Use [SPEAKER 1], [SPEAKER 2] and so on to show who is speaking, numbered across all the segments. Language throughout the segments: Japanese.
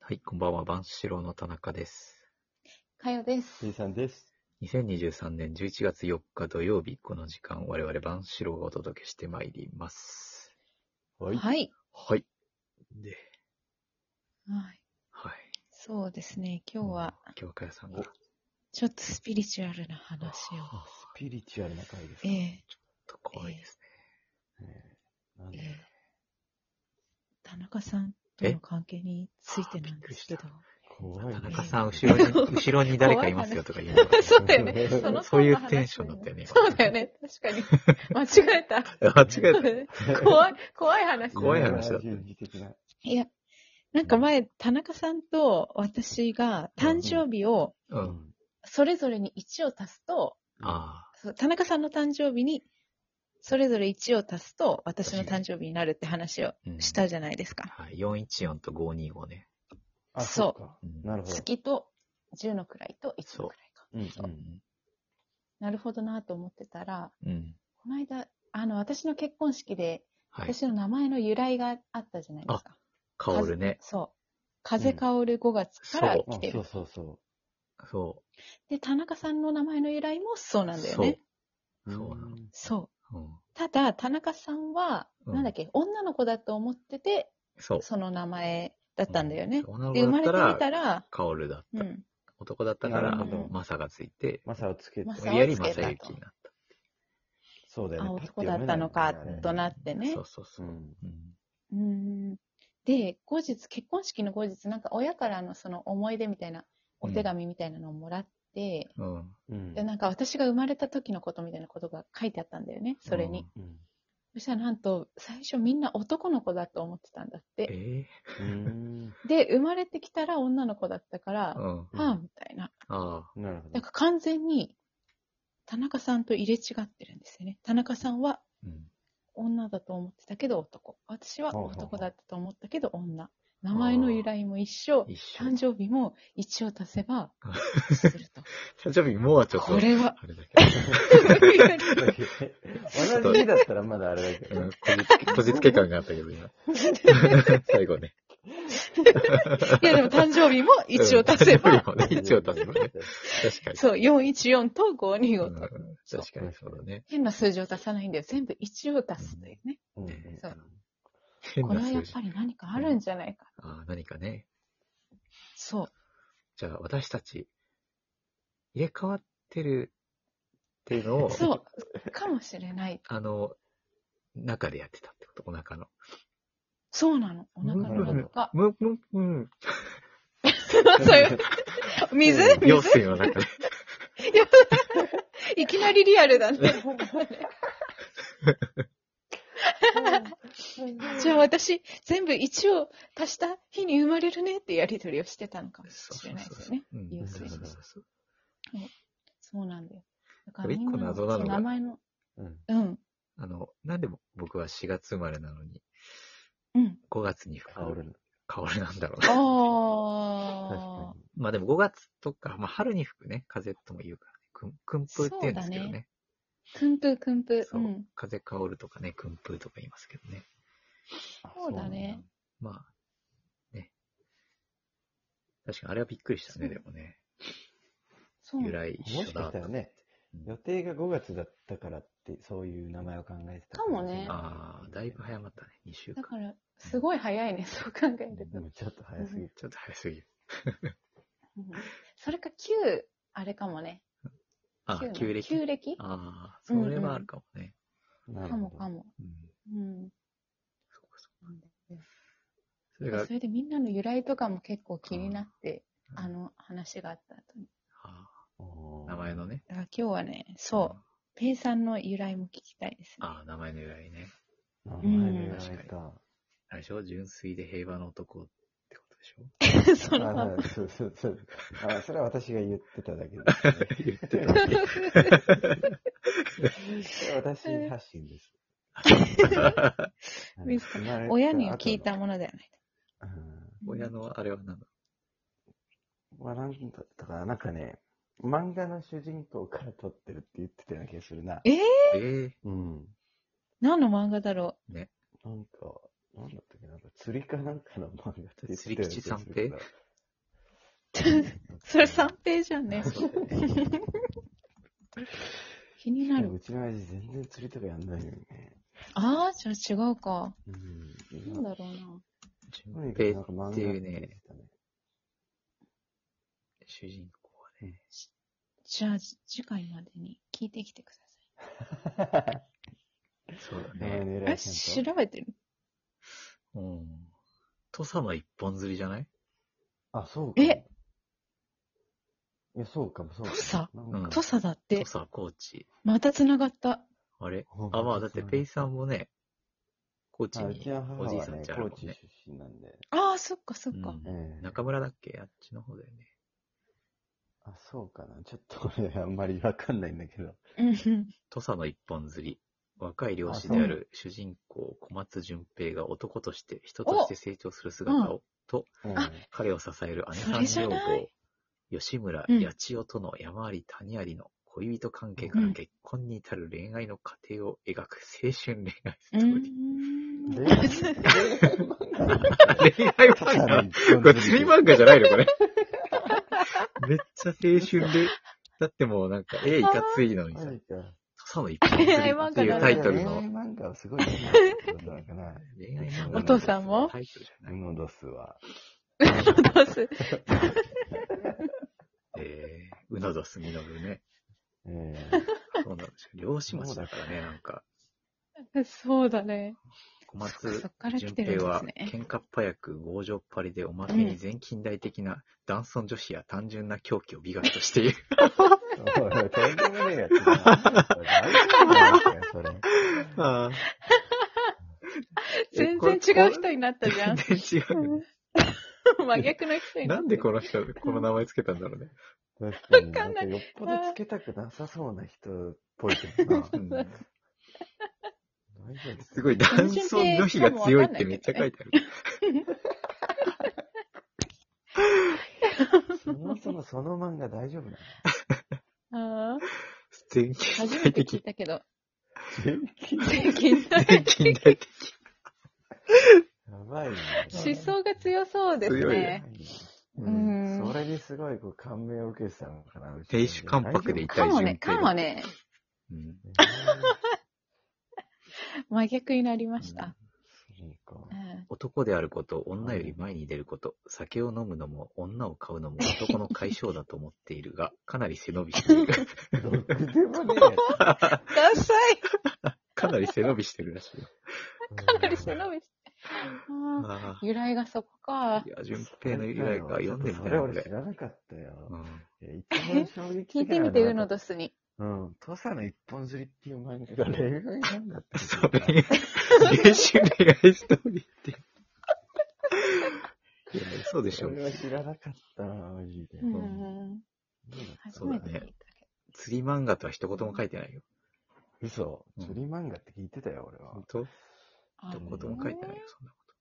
[SPEAKER 1] はい、こんばんは、万志郎の田中です。
[SPEAKER 2] かよで
[SPEAKER 3] J
[SPEAKER 2] す。
[SPEAKER 3] さんです。
[SPEAKER 1] 2023年11月4日土曜日、この時間、我々万志郎がお届けしてまいります。
[SPEAKER 3] は。
[SPEAKER 2] はいい、
[SPEAKER 1] はい。で、
[SPEAKER 2] はい
[SPEAKER 1] はい。
[SPEAKER 2] そうですね。今日は、
[SPEAKER 1] 今日はかやさんが、
[SPEAKER 2] ちょっとスピリチュアルな話を。
[SPEAKER 1] あ
[SPEAKER 3] スピリチュアルな回です
[SPEAKER 2] え
[SPEAKER 3] かね
[SPEAKER 2] え
[SPEAKER 1] と怖いですね。
[SPEAKER 3] なん
[SPEAKER 2] え
[SPEAKER 3] で
[SPEAKER 2] え田中さんとの関係についてなんですけど
[SPEAKER 1] え。
[SPEAKER 3] 怖い
[SPEAKER 1] 田
[SPEAKER 3] ね
[SPEAKER 1] 中さん、後ろに、後ろに誰かいますよとか言うのが
[SPEAKER 2] そうだよね。その
[SPEAKER 1] そういうテンションだったよね今
[SPEAKER 2] そうだよね。 確かに。間違え た。
[SPEAKER 1] 間違えた。
[SPEAKER 2] 怖い、怖い 話。
[SPEAKER 1] 怖い話だった
[SPEAKER 3] いや順次的な。
[SPEAKER 2] いや、なんか前、田中さんと私が誕生日を、
[SPEAKER 1] うん。
[SPEAKER 2] それぞれに1を足すと、
[SPEAKER 1] あ
[SPEAKER 2] そう田中さんの誕生日に、それぞれ1を足すと、私の誕生日になるって話を
[SPEAKER 1] あ。うん
[SPEAKER 2] したじゃないですか。
[SPEAKER 1] はい。414と525ね。
[SPEAKER 3] あ、
[SPEAKER 2] そう
[SPEAKER 3] そうか
[SPEAKER 1] う。ん
[SPEAKER 3] なるほど。
[SPEAKER 2] 月と10の位と1の位か。
[SPEAKER 3] うん
[SPEAKER 1] う
[SPEAKER 3] うん
[SPEAKER 1] ん。
[SPEAKER 2] なるほどなと思ってたら、
[SPEAKER 1] うん。
[SPEAKER 2] この間、あの、私の結婚式で、
[SPEAKER 1] はい。
[SPEAKER 2] 私の名前の由来があったじゃないですか。
[SPEAKER 1] 香るね。
[SPEAKER 2] そう。風薫る5月から
[SPEAKER 1] そう
[SPEAKER 2] 来てる、
[SPEAKER 3] あそうそうそ
[SPEAKER 1] そ
[SPEAKER 2] で、田中さんの名前の由来もそうなんだよね。
[SPEAKER 3] う。
[SPEAKER 1] そうなの
[SPEAKER 3] ん
[SPEAKER 2] そう。
[SPEAKER 1] う。うん。
[SPEAKER 2] ただ、田中さんは、
[SPEAKER 1] うん
[SPEAKER 2] なんだっけ、女の子だと思ってて、
[SPEAKER 1] そう。
[SPEAKER 2] その名前だったんだよね。
[SPEAKER 1] 女の
[SPEAKER 2] で、生まれ
[SPEAKER 1] 子
[SPEAKER 2] てみ
[SPEAKER 1] だった
[SPEAKER 2] た
[SPEAKER 1] ら、
[SPEAKER 2] ら、
[SPEAKER 1] 香るだっ
[SPEAKER 2] う
[SPEAKER 1] た。
[SPEAKER 2] ん。
[SPEAKER 1] 男だったから
[SPEAKER 2] なるほど、
[SPEAKER 1] マサがついて、
[SPEAKER 3] マサをつけて
[SPEAKER 2] マ。
[SPEAKER 1] 無
[SPEAKER 2] サ
[SPEAKER 1] 理やり
[SPEAKER 2] をつ
[SPEAKER 1] マ
[SPEAKER 2] けたと
[SPEAKER 1] サユキになっ
[SPEAKER 3] そうだよね
[SPEAKER 2] あ、。
[SPEAKER 3] パッ
[SPEAKER 2] 男
[SPEAKER 3] て
[SPEAKER 2] だ
[SPEAKER 3] 読
[SPEAKER 2] っ
[SPEAKER 3] め
[SPEAKER 2] た
[SPEAKER 3] い
[SPEAKER 2] の
[SPEAKER 3] もん
[SPEAKER 2] か
[SPEAKER 3] ね、
[SPEAKER 2] となって
[SPEAKER 1] た。
[SPEAKER 2] ね
[SPEAKER 1] そう。そうそうう。
[SPEAKER 3] ん
[SPEAKER 1] うん
[SPEAKER 2] うん。で、後日、結婚式の後日、なんか親からのその思い出みたいな、お手紙みたいなのをもらって、
[SPEAKER 1] うん。
[SPEAKER 3] うん
[SPEAKER 2] で、なんか私が生まれた時のことみたいなことが書いてあったんだよね、それに。
[SPEAKER 3] うん
[SPEAKER 2] そしたらなんと、最初みんな男の子だと思ってたんだっ
[SPEAKER 1] うん。
[SPEAKER 2] て。
[SPEAKER 1] え
[SPEAKER 3] うん
[SPEAKER 2] で、生まれてきたら女の子だったから
[SPEAKER 1] ー、うん。
[SPEAKER 3] うん
[SPEAKER 2] はあ、みたいな。
[SPEAKER 1] あ
[SPEAKER 3] なるほ
[SPEAKER 2] なん
[SPEAKER 3] ど。
[SPEAKER 2] か完全に、田中さんと入れ違ってるんですよね。田中さんは
[SPEAKER 1] ーうん。
[SPEAKER 2] 女だと思ってたけど男。私は
[SPEAKER 3] ほうほうほう
[SPEAKER 2] 男だったと思ったけど女。名前の由来も一緒。
[SPEAKER 1] 一緒。
[SPEAKER 2] 誕生日も一を足せば、すると。
[SPEAKER 1] 誕生日もうはちょっと。
[SPEAKER 2] こ れは、
[SPEAKER 1] あれだけ
[SPEAKER 3] 同じ日だったらまだあれだけ
[SPEAKER 1] ど。う
[SPEAKER 3] ど
[SPEAKER 1] ん。こじつけ、こじつ け感があったけど、今。最後ね。
[SPEAKER 2] いやでも誕生日も一を足せ
[SPEAKER 1] うん 誕
[SPEAKER 2] ば、
[SPEAKER 1] 生日もね、一応足せばね。確かに。
[SPEAKER 2] そう、414と525
[SPEAKER 1] うん
[SPEAKER 2] と。
[SPEAKER 1] 確かにそうだね。
[SPEAKER 2] 変な数字を足さないんだよ。全部一を足すというね。
[SPEAKER 3] うん
[SPEAKER 2] そう
[SPEAKER 1] 変
[SPEAKER 2] これ
[SPEAKER 1] な
[SPEAKER 2] は
[SPEAKER 1] 数
[SPEAKER 2] やっ
[SPEAKER 1] 字
[SPEAKER 2] ぱ。り何かあるんじゃないか。
[SPEAKER 1] ああ、何かね。
[SPEAKER 2] そう。
[SPEAKER 1] じゃあ、私たち、入れ替わってるっていうのを、
[SPEAKER 2] そう。かもしれない。
[SPEAKER 1] あの、中でやってたってこと、お腹の。
[SPEAKER 2] そうなの。お腹の中。
[SPEAKER 1] む、む、うん。
[SPEAKER 2] そういう水
[SPEAKER 3] う
[SPEAKER 1] 用
[SPEAKER 2] 水
[SPEAKER 1] 水の 中で。
[SPEAKER 2] いきなりリアルだね。じゃあ私、全部1を足した日に生まれるねってやり取りをしてたのかもしれないですよね。
[SPEAKER 1] うん
[SPEAKER 2] 用
[SPEAKER 3] 水
[SPEAKER 1] そうそうそう
[SPEAKER 2] そうなんだよ。だか
[SPEAKER 1] これ
[SPEAKER 2] ら
[SPEAKER 1] 一
[SPEAKER 2] み
[SPEAKER 1] 個
[SPEAKER 2] んなの
[SPEAKER 1] 謎なのが
[SPEAKER 2] そう名前の、
[SPEAKER 3] うん
[SPEAKER 2] うん、
[SPEAKER 1] あの、なんで僕は4月生まれなのに、
[SPEAKER 2] うん。
[SPEAKER 1] 5月に
[SPEAKER 3] あ、俺の。
[SPEAKER 1] 香るなんだろうな。
[SPEAKER 3] 確 か
[SPEAKER 2] ああ、
[SPEAKER 3] に。
[SPEAKER 1] まあでも5月とか、まあ春に吹くね、風とも言うからね。くん、くん風って言うんですけどね。
[SPEAKER 2] くんぷくんぷ。
[SPEAKER 1] そうう,、
[SPEAKER 2] ん。
[SPEAKER 1] 風香るとかね、くん風とか言いますけどね。
[SPEAKER 2] そうだね。
[SPEAKER 1] まあ、ね。確かにあれはびっくりしたね、
[SPEAKER 2] そう
[SPEAKER 1] でもね。
[SPEAKER 2] そう
[SPEAKER 1] 由来
[SPEAKER 3] そ
[SPEAKER 1] 一
[SPEAKER 3] うなんだ。も
[SPEAKER 1] 緒
[SPEAKER 3] しか
[SPEAKER 1] だ
[SPEAKER 3] したらね、
[SPEAKER 1] うん
[SPEAKER 3] 予定が5月だったからって、そういう名前を考えてたしれない
[SPEAKER 1] ああ、だいぶ早まったね、2週
[SPEAKER 2] だ
[SPEAKER 1] 間。
[SPEAKER 2] から、すごい早いね、 そう考えると
[SPEAKER 3] で。もちょっと早すぎる。
[SPEAKER 1] ちょっと早すぎる。
[SPEAKER 2] うんそれか旧、あれかもね。
[SPEAKER 1] ああ、
[SPEAKER 2] 旧
[SPEAKER 1] 旧
[SPEAKER 2] の
[SPEAKER 1] 暦。
[SPEAKER 2] 旧暦
[SPEAKER 1] ああ、
[SPEAKER 2] うんうん
[SPEAKER 1] それはあるかもね。
[SPEAKER 3] な
[SPEAKER 2] かもかも。
[SPEAKER 1] うん。
[SPEAKER 2] うん。
[SPEAKER 1] そうかそ
[SPEAKER 2] なんだよ
[SPEAKER 1] うそれが
[SPEAKER 2] そ、れでみんなの由来とかも結構気になって、
[SPEAKER 1] うん
[SPEAKER 2] あの話があった後に。
[SPEAKER 1] あ
[SPEAKER 3] も
[SPEAKER 1] あ名前の。ね。
[SPEAKER 2] だから今日はね、そう、ペイさんの由来も聞きたいですね。
[SPEAKER 1] ああ、名前の由来ね。
[SPEAKER 3] 名
[SPEAKER 2] ん
[SPEAKER 3] 前の由来か。
[SPEAKER 1] あれでしょ純粋で平和の男ってことでしょ
[SPEAKER 2] そのま
[SPEAKER 3] あ
[SPEAKER 2] ま。
[SPEAKER 3] あそうそうそう。あそれは私が言ってただけです、ね。
[SPEAKER 1] 言 ってた。
[SPEAKER 3] それは私発信です。はい
[SPEAKER 2] 自
[SPEAKER 3] 生まれた後の
[SPEAKER 2] 親に聞いたものではない。
[SPEAKER 3] うん
[SPEAKER 1] 親のあれは何だ
[SPEAKER 3] まあ、なんだったかな、なんかね、漫画の主人公から撮ってるって言ってたような気がするな。
[SPEAKER 2] えー
[SPEAKER 1] え
[SPEAKER 3] うん。
[SPEAKER 2] 何の漫画だろ
[SPEAKER 3] なんか、なんだったっけ、なんか釣りかなんかの漫画って
[SPEAKER 1] え釣り吉三平
[SPEAKER 3] たよ
[SPEAKER 2] それ三平じゃんね。 気にな
[SPEAKER 3] でも
[SPEAKER 2] る。
[SPEAKER 3] うちの親父全然釣りとかやんないのよね。
[SPEAKER 2] ああ、じゃあ違うか。
[SPEAKER 3] うん
[SPEAKER 2] なんだろうな。
[SPEAKER 3] と
[SPEAKER 1] 純
[SPEAKER 3] にかく
[SPEAKER 1] 平
[SPEAKER 3] なんか漫画
[SPEAKER 1] っていう
[SPEAKER 3] 見
[SPEAKER 1] ね
[SPEAKER 3] て、たね。
[SPEAKER 1] 主人公はね、
[SPEAKER 2] じゃあ、次回までに聞いてきてくださ
[SPEAKER 1] そうだ
[SPEAKER 3] 名前
[SPEAKER 1] ね。
[SPEAKER 3] の由
[SPEAKER 2] い。え、
[SPEAKER 3] 来ちゃ
[SPEAKER 2] 調
[SPEAKER 3] んと。
[SPEAKER 2] べてる
[SPEAKER 1] うん。とさま一本釣りじゃない
[SPEAKER 3] あ、そうか。
[SPEAKER 2] え
[SPEAKER 3] いや、そうかも、そうかも。
[SPEAKER 2] 土佐
[SPEAKER 3] なんか
[SPEAKER 2] 土佐だっ
[SPEAKER 1] と
[SPEAKER 2] て。
[SPEAKER 1] さコーチ。
[SPEAKER 2] また繋がった。
[SPEAKER 1] あれ
[SPEAKER 3] ほんと
[SPEAKER 1] あ、まあだってペイさんもね、コーチ
[SPEAKER 3] あう
[SPEAKER 1] に
[SPEAKER 3] ちの母
[SPEAKER 1] おじい
[SPEAKER 3] は
[SPEAKER 1] さん
[SPEAKER 3] ね、
[SPEAKER 1] ちゃう
[SPEAKER 3] 高
[SPEAKER 1] もん
[SPEAKER 3] 知
[SPEAKER 1] ね。
[SPEAKER 3] 出身なんで。
[SPEAKER 2] ああ、そっかそっか。
[SPEAKER 1] うん
[SPEAKER 3] ええ
[SPEAKER 1] 中村だっけあっちの方だよね。
[SPEAKER 3] あ、そうかな。ちょっと俺、あんまりわかんないんだけど。
[SPEAKER 2] うんうん。
[SPEAKER 1] 土佐の一本釣り。若い漁師である主人公小松淳平が男として、人として成長する姿を、と、
[SPEAKER 3] うん
[SPEAKER 2] あ
[SPEAKER 1] 彼を支える姉
[SPEAKER 2] それじ
[SPEAKER 1] さん
[SPEAKER 2] ゃ
[SPEAKER 1] 女
[SPEAKER 2] な
[SPEAKER 1] 房、吉村
[SPEAKER 2] うん
[SPEAKER 1] 八千代との山あり谷ありの恋人関係か
[SPEAKER 2] う
[SPEAKER 1] ら
[SPEAKER 2] ん
[SPEAKER 1] 結婚に至る恋愛の過程を描く青春恋愛ス
[SPEAKER 2] う
[SPEAKER 1] トーリー。
[SPEAKER 2] ん。
[SPEAKER 3] 恋愛 漫画
[SPEAKER 1] 恋愛漫画これ釣り漫画じゃないのこれ。 めっちゃ青春で。だってもうなんか、絵いかついのにさ、
[SPEAKER 3] 何か
[SPEAKER 1] その一本釣りっていうタイトルの
[SPEAKER 3] 恋愛漫画はすごい好きだったことなのかな。
[SPEAKER 1] 恋愛漫画の
[SPEAKER 2] お父さんも
[SPEAKER 1] タイトルじゃない。
[SPEAKER 3] ノドスは。
[SPEAKER 2] どうす
[SPEAKER 1] えー、うなどすみのぶね。
[SPEAKER 3] え
[SPEAKER 1] そうなんですよ。漁師町だからね、なんか、
[SPEAKER 2] そうだね。
[SPEAKER 1] 小
[SPEAKER 2] そっかそ
[SPEAKER 1] 松
[SPEAKER 2] っから来
[SPEAKER 1] 純
[SPEAKER 2] てるん
[SPEAKER 1] 平は
[SPEAKER 2] ですね、
[SPEAKER 1] 喧嘩っ早く強情っぱりで、おまけに全近代的な男尊女子や単純な狂気を美学としている。
[SPEAKER 3] えおいとんでもねえやつだな。おい大丈夫なのかよそれ。
[SPEAKER 1] あー
[SPEAKER 2] 全然違う人になったじゃ ん。
[SPEAKER 1] 全然違うよね。
[SPEAKER 2] 真逆の人にな
[SPEAKER 1] な
[SPEAKER 2] っ
[SPEAKER 1] んでこの人、この名前つけたんだろうね。
[SPEAKER 3] 確かに、
[SPEAKER 2] か
[SPEAKER 3] なんん
[SPEAKER 2] な
[SPEAKER 3] か
[SPEAKER 2] い
[SPEAKER 3] よっぽどつけたくなさそうな人っぽいけどな。
[SPEAKER 1] うん
[SPEAKER 3] 大丈夫
[SPEAKER 1] すごい、男尊女卑が強いってめっちゃ書いてある。
[SPEAKER 3] そもそもその漫画大丈夫なの
[SPEAKER 2] た。ああ、
[SPEAKER 1] 全近
[SPEAKER 2] 初め
[SPEAKER 1] 代
[SPEAKER 2] て聞
[SPEAKER 1] 的。
[SPEAKER 2] いたけど。
[SPEAKER 3] 全近
[SPEAKER 2] 全近代
[SPEAKER 1] 全近代的。
[SPEAKER 3] やばいね。
[SPEAKER 2] 思想が強そうです
[SPEAKER 1] 強い
[SPEAKER 2] ね
[SPEAKER 1] ね。
[SPEAKER 2] う
[SPEAKER 1] うん
[SPEAKER 2] ん。
[SPEAKER 3] それにすごいこう感銘を受けてたのかな。
[SPEAKER 1] 亭主関白でい
[SPEAKER 2] か
[SPEAKER 1] たい
[SPEAKER 2] も
[SPEAKER 1] 順
[SPEAKER 2] ね、かも
[SPEAKER 1] 平。
[SPEAKER 2] ね、
[SPEAKER 1] うん
[SPEAKER 2] 真逆になりました。
[SPEAKER 3] そうか
[SPEAKER 2] う。ん
[SPEAKER 1] 男であること、女より前に出ること、酒を飲むのも、女を買うのも男の解消だと思っているが、かなり背伸びしている。
[SPEAKER 3] どくでもね
[SPEAKER 2] ダサい
[SPEAKER 1] かなり背伸びしてるらしいよ。
[SPEAKER 3] え。
[SPEAKER 2] かなり背伸びして。あ
[SPEAKER 1] あ
[SPEAKER 2] ー由来がそこか
[SPEAKER 1] あ。い。や、順平の由来が読んでみた
[SPEAKER 3] そ
[SPEAKER 1] い
[SPEAKER 3] れ
[SPEAKER 1] なこ
[SPEAKER 3] 俺
[SPEAKER 1] れ
[SPEAKER 3] 知。らなかった
[SPEAKER 1] う
[SPEAKER 3] よ。
[SPEAKER 1] ん
[SPEAKER 3] いや一番衝撃的
[SPEAKER 2] 聞いてみて、うの。とすに。
[SPEAKER 3] うん。土佐の一本釣りっていう漫画が恋愛なんだって。
[SPEAKER 1] それ、練習恋愛ストーリーって。いや、そうでしょ
[SPEAKER 3] 俺。は知らなかったな、マジで。
[SPEAKER 2] うんうん。初
[SPEAKER 1] そうだ
[SPEAKER 2] め
[SPEAKER 1] ね
[SPEAKER 2] て聞いたけ
[SPEAKER 1] 釣り漫画とは一言も書いてないよ。
[SPEAKER 3] 嘘。
[SPEAKER 1] うん
[SPEAKER 3] 釣り漫画って聞いてたよ、俺は
[SPEAKER 1] 本。当
[SPEAKER 2] ど。
[SPEAKER 1] 一言も書いてないよ、そんなこと。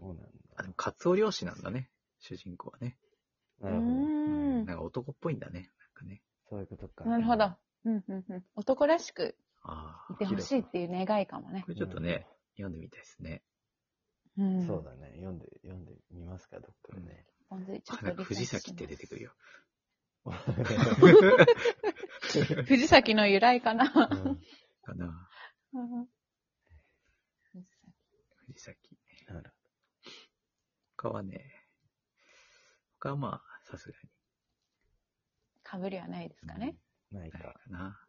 [SPEAKER 3] そう
[SPEAKER 1] あ、
[SPEAKER 3] なんだ
[SPEAKER 1] でも、カツオ漁師なんだね、主人公はね。
[SPEAKER 2] う
[SPEAKER 3] なるほど。
[SPEAKER 1] うんん。なんか男っぽいんだね、なんかね。
[SPEAKER 3] そういうことか。
[SPEAKER 2] なるほど。。うんうんうん。男らしく
[SPEAKER 1] あ
[SPEAKER 2] い
[SPEAKER 1] あ。
[SPEAKER 2] てほしいっていう願いかもね
[SPEAKER 1] こ。れちょっとね、読んでみたいですね。
[SPEAKER 2] うん。
[SPEAKER 3] そうだね。読んで、読んでみますか、どっかでね。
[SPEAKER 2] ポン酢ちょっと
[SPEAKER 1] なん
[SPEAKER 2] 理
[SPEAKER 1] か
[SPEAKER 2] 解し
[SPEAKER 1] 藤
[SPEAKER 2] ます
[SPEAKER 1] 崎って出てくるよ。
[SPEAKER 2] 藤崎の由来 かな。
[SPEAKER 3] うん
[SPEAKER 1] かな。
[SPEAKER 2] うん
[SPEAKER 1] 藤崎。
[SPEAKER 3] なる
[SPEAKER 1] 他はね、他はまあ、さすがに。
[SPEAKER 2] かぶりはないですかね。
[SPEAKER 3] ない
[SPEAKER 1] ないか
[SPEAKER 3] か。
[SPEAKER 1] な。
[SPEAKER 2] な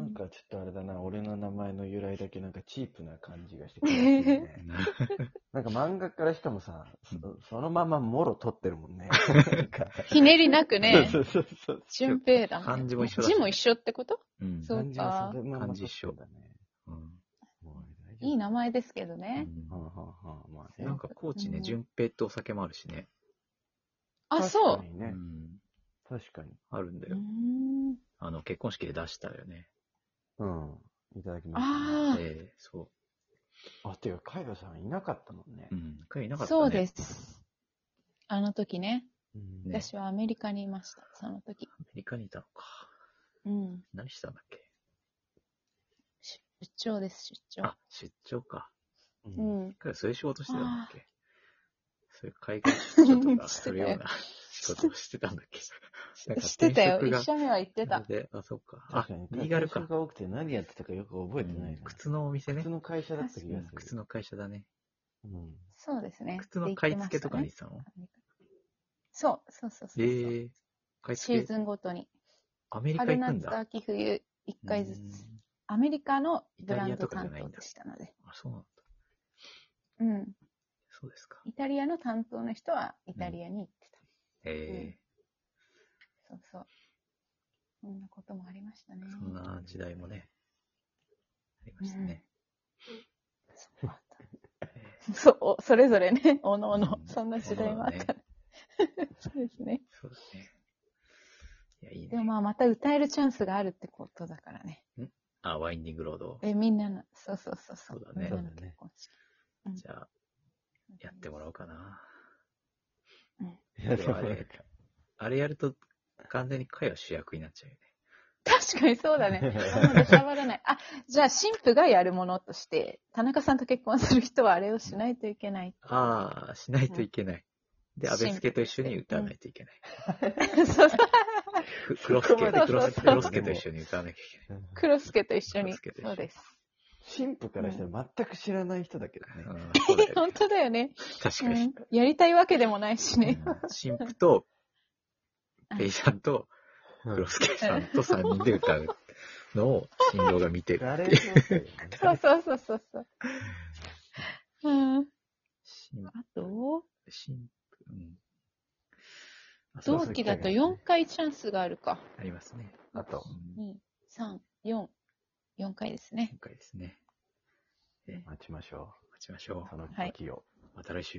[SPEAKER 3] なん、かちょっとあれだな、俺の名前の由来だけなんかチープな感じがしてくるんだよ ねなんか漫画からしかもさ、そそのままもろ取ってるもんね。なんか、
[SPEAKER 2] ひねりなく ね
[SPEAKER 3] そうそうそう。
[SPEAKER 2] 順平だもんね。
[SPEAKER 1] 漢字も一緒だし
[SPEAKER 2] 字も一緒ってこと
[SPEAKER 1] うん。
[SPEAKER 2] そうか
[SPEAKER 3] 感じがそのまま取ってんだね。
[SPEAKER 1] うん
[SPEAKER 3] もう
[SPEAKER 2] いい
[SPEAKER 3] な。
[SPEAKER 2] 名前ですけど
[SPEAKER 1] う
[SPEAKER 2] ね。
[SPEAKER 1] ん
[SPEAKER 3] はあ、はあはあ、まあね。
[SPEAKER 1] なんか、高知
[SPEAKER 2] う
[SPEAKER 1] ね、
[SPEAKER 2] ん
[SPEAKER 1] 順平ってお酒もあるしね。
[SPEAKER 2] あ、
[SPEAKER 3] 確
[SPEAKER 2] そ
[SPEAKER 3] か
[SPEAKER 2] う。
[SPEAKER 3] に
[SPEAKER 1] う
[SPEAKER 3] ね。
[SPEAKER 1] ん。
[SPEAKER 3] 確かに。
[SPEAKER 1] あるんだ
[SPEAKER 2] うー
[SPEAKER 1] よ。
[SPEAKER 2] ん
[SPEAKER 1] あの、結婚式で出したよね。
[SPEAKER 3] うん。いただきます。
[SPEAKER 2] あ
[SPEAKER 1] ええ、そ
[SPEAKER 3] あ、ていうか、海外さんいなかったもんね
[SPEAKER 1] う。う。ん。彼いなか
[SPEAKER 2] あ、
[SPEAKER 1] ったね。
[SPEAKER 2] そうです。あの時ね、
[SPEAKER 3] うん
[SPEAKER 1] ね
[SPEAKER 2] 私はアメリカにいました、その時。
[SPEAKER 1] アメリカにいたのか。
[SPEAKER 2] うん。
[SPEAKER 1] 何したんだっけ
[SPEAKER 2] 出張です、出張。
[SPEAKER 1] あ、出張か。
[SPEAKER 3] う
[SPEAKER 2] うんん。
[SPEAKER 1] 彼そういう仕事してたんだっけそういう海外出張 とか、するような仕事をしてたんだっけ。なんか
[SPEAKER 2] してたよ。
[SPEAKER 1] 転職が
[SPEAKER 2] 一社目は行ってた。
[SPEAKER 1] それであ、そっか。あ
[SPEAKER 3] 確かに、、
[SPEAKER 1] リーガルか
[SPEAKER 3] 転職。が多くて何やってたかよく覚えてないな、
[SPEAKER 1] うん靴のお店ね
[SPEAKER 3] 靴。の会社だった気が
[SPEAKER 1] う
[SPEAKER 3] す
[SPEAKER 1] ん
[SPEAKER 3] る。
[SPEAKER 1] 靴の会社だね。
[SPEAKER 3] うん。
[SPEAKER 2] そうですね。
[SPEAKER 1] 靴の買い付けとかにしたの
[SPEAKER 2] で行ってましたね。そう、そうそうそうそう。
[SPEAKER 1] ええ買い
[SPEAKER 2] シ
[SPEAKER 1] 付
[SPEAKER 2] ー
[SPEAKER 1] け、
[SPEAKER 2] ズンごとに。
[SPEAKER 1] アメリカ
[SPEAKER 2] 春、
[SPEAKER 1] 行くん
[SPEAKER 2] 夏、
[SPEAKER 1] だ。
[SPEAKER 2] 秋、冬、一回ずつ
[SPEAKER 1] うん。
[SPEAKER 2] アメリカのブラン
[SPEAKER 1] イタリアと
[SPEAKER 2] ド
[SPEAKER 1] かじゃ
[SPEAKER 2] 担
[SPEAKER 1] ないん
[SPEAKER 2] 当
[SPEAKER 1] だ
[SPEAKER 2] でしたので。
[SPEAKER 1] あ、そうなんだ。
[SPEAKER 2] うん。
[SPEAKER 1] そうですか。
[SPEAKER 2] イタリアの担当の人はイタリアに行ってた。
[SPEAKER 1] え
[SPEAKER 2] そうそう。そんなこともありましたね
[SPEAKER 1] え。そんな時代もね、ありましたね。
[SPEAKER 2] そうだった。そうお、それぞれね、おのおの
[SPEAKER 1] う、ん
[SPEAKER 2] そんな時代もあったね。 そうですね。
[SPEAKER 1] そうだね。いや、いい
[SPEAKER 2] でも
[SPEAKER 1] ね。
[SPEAKER 2] まあ、また歌えるチャンスがあるってことだからね。
[SPEAKER 1] あ、ワインディングロード。
[SPEAKER 2] え、みんなの、そうそうそうそう。
[SPEAKER 1] そうだね
[SPEAKER 2] みんなの結婚式。うん
[SPEAKER 1] じゃあ、やってもらおうかな。
[SPEAKER 3] いや、でもなんか、
[SPEAKER 1] あれやると、完全に会は主役になっちゃうよね。
[SPEAKER 2] 確かにそ うだね。そんな出しゃばらない。あ、じゃあ、神父がやるものとして、田中さんと結婚する人はあれをしないといけない。
[SPEAKER 1] ああ、しないといけない。で、
[SPEAKER 2] シン
[SPEAKER 1] 安
[SPEAKER 2] プ
[SPEAKER 1] 倍助
[SPEAKER 2] ル
[SPEAKER 1] と一緒に歌わないといけない。
[SPEAKER 2] そうそう。
[SPEAKER 1] く黒助、
[SPEAKER 2] そうそ
[SPEAKER 3] そう
[SPEAKER 1] 黒
[SPEAKER 2] う
[SPEAKER 1] 助黒助と一緒に歌わなきゃいけない。
[SPEAKER 2] 黒助と一緒に。
[SPEAKER 1] 黒助と一緒
[SPEAKER 2] そうです。
[SPEAKER 3] 神父からしたら全く知らない人だけどね。
[SPEAKER 1] うんそうだよね
[SPEAKER 2] 本当だよね。
[SPEAKER 1] 確か
[SPEAKER 2] う
[SPEAKER 1] に
[SPEAKER 2] ん。。やりたいわけでもないし
[SPEAKER 1] うん
[SPEAKER 2] ね。
[SPEAKER 1] 神父と、ペイさんと、黒助さんと3人で歌うのを、新郎が見てる。
[SPEAKER 3] 誰状態だよね
[SPEAKER 2] そうそうそうそうそう。うん。
[SPEAKER 1] 神
[SPEAKER 2] あと、
[SPEAKER 1] 神父、うん。あそうそう
[SPEAKER 2] 同期だと4回チャンスがあるか。
[SPEAKER 1] ありますね。
[SPEAKER 3] あと、
[SPEAKER 1] うん
[SPEAKER 2] 2、3、4。4回ですね。
[SPEAKER 1] 今回ですね。え
[SPEAKER 3] 待ちましょ
[SPEAKER 1] 待ちましょ。
[SPEAKER 3] う。そうの時を。
[SPEAKER 1] また来週。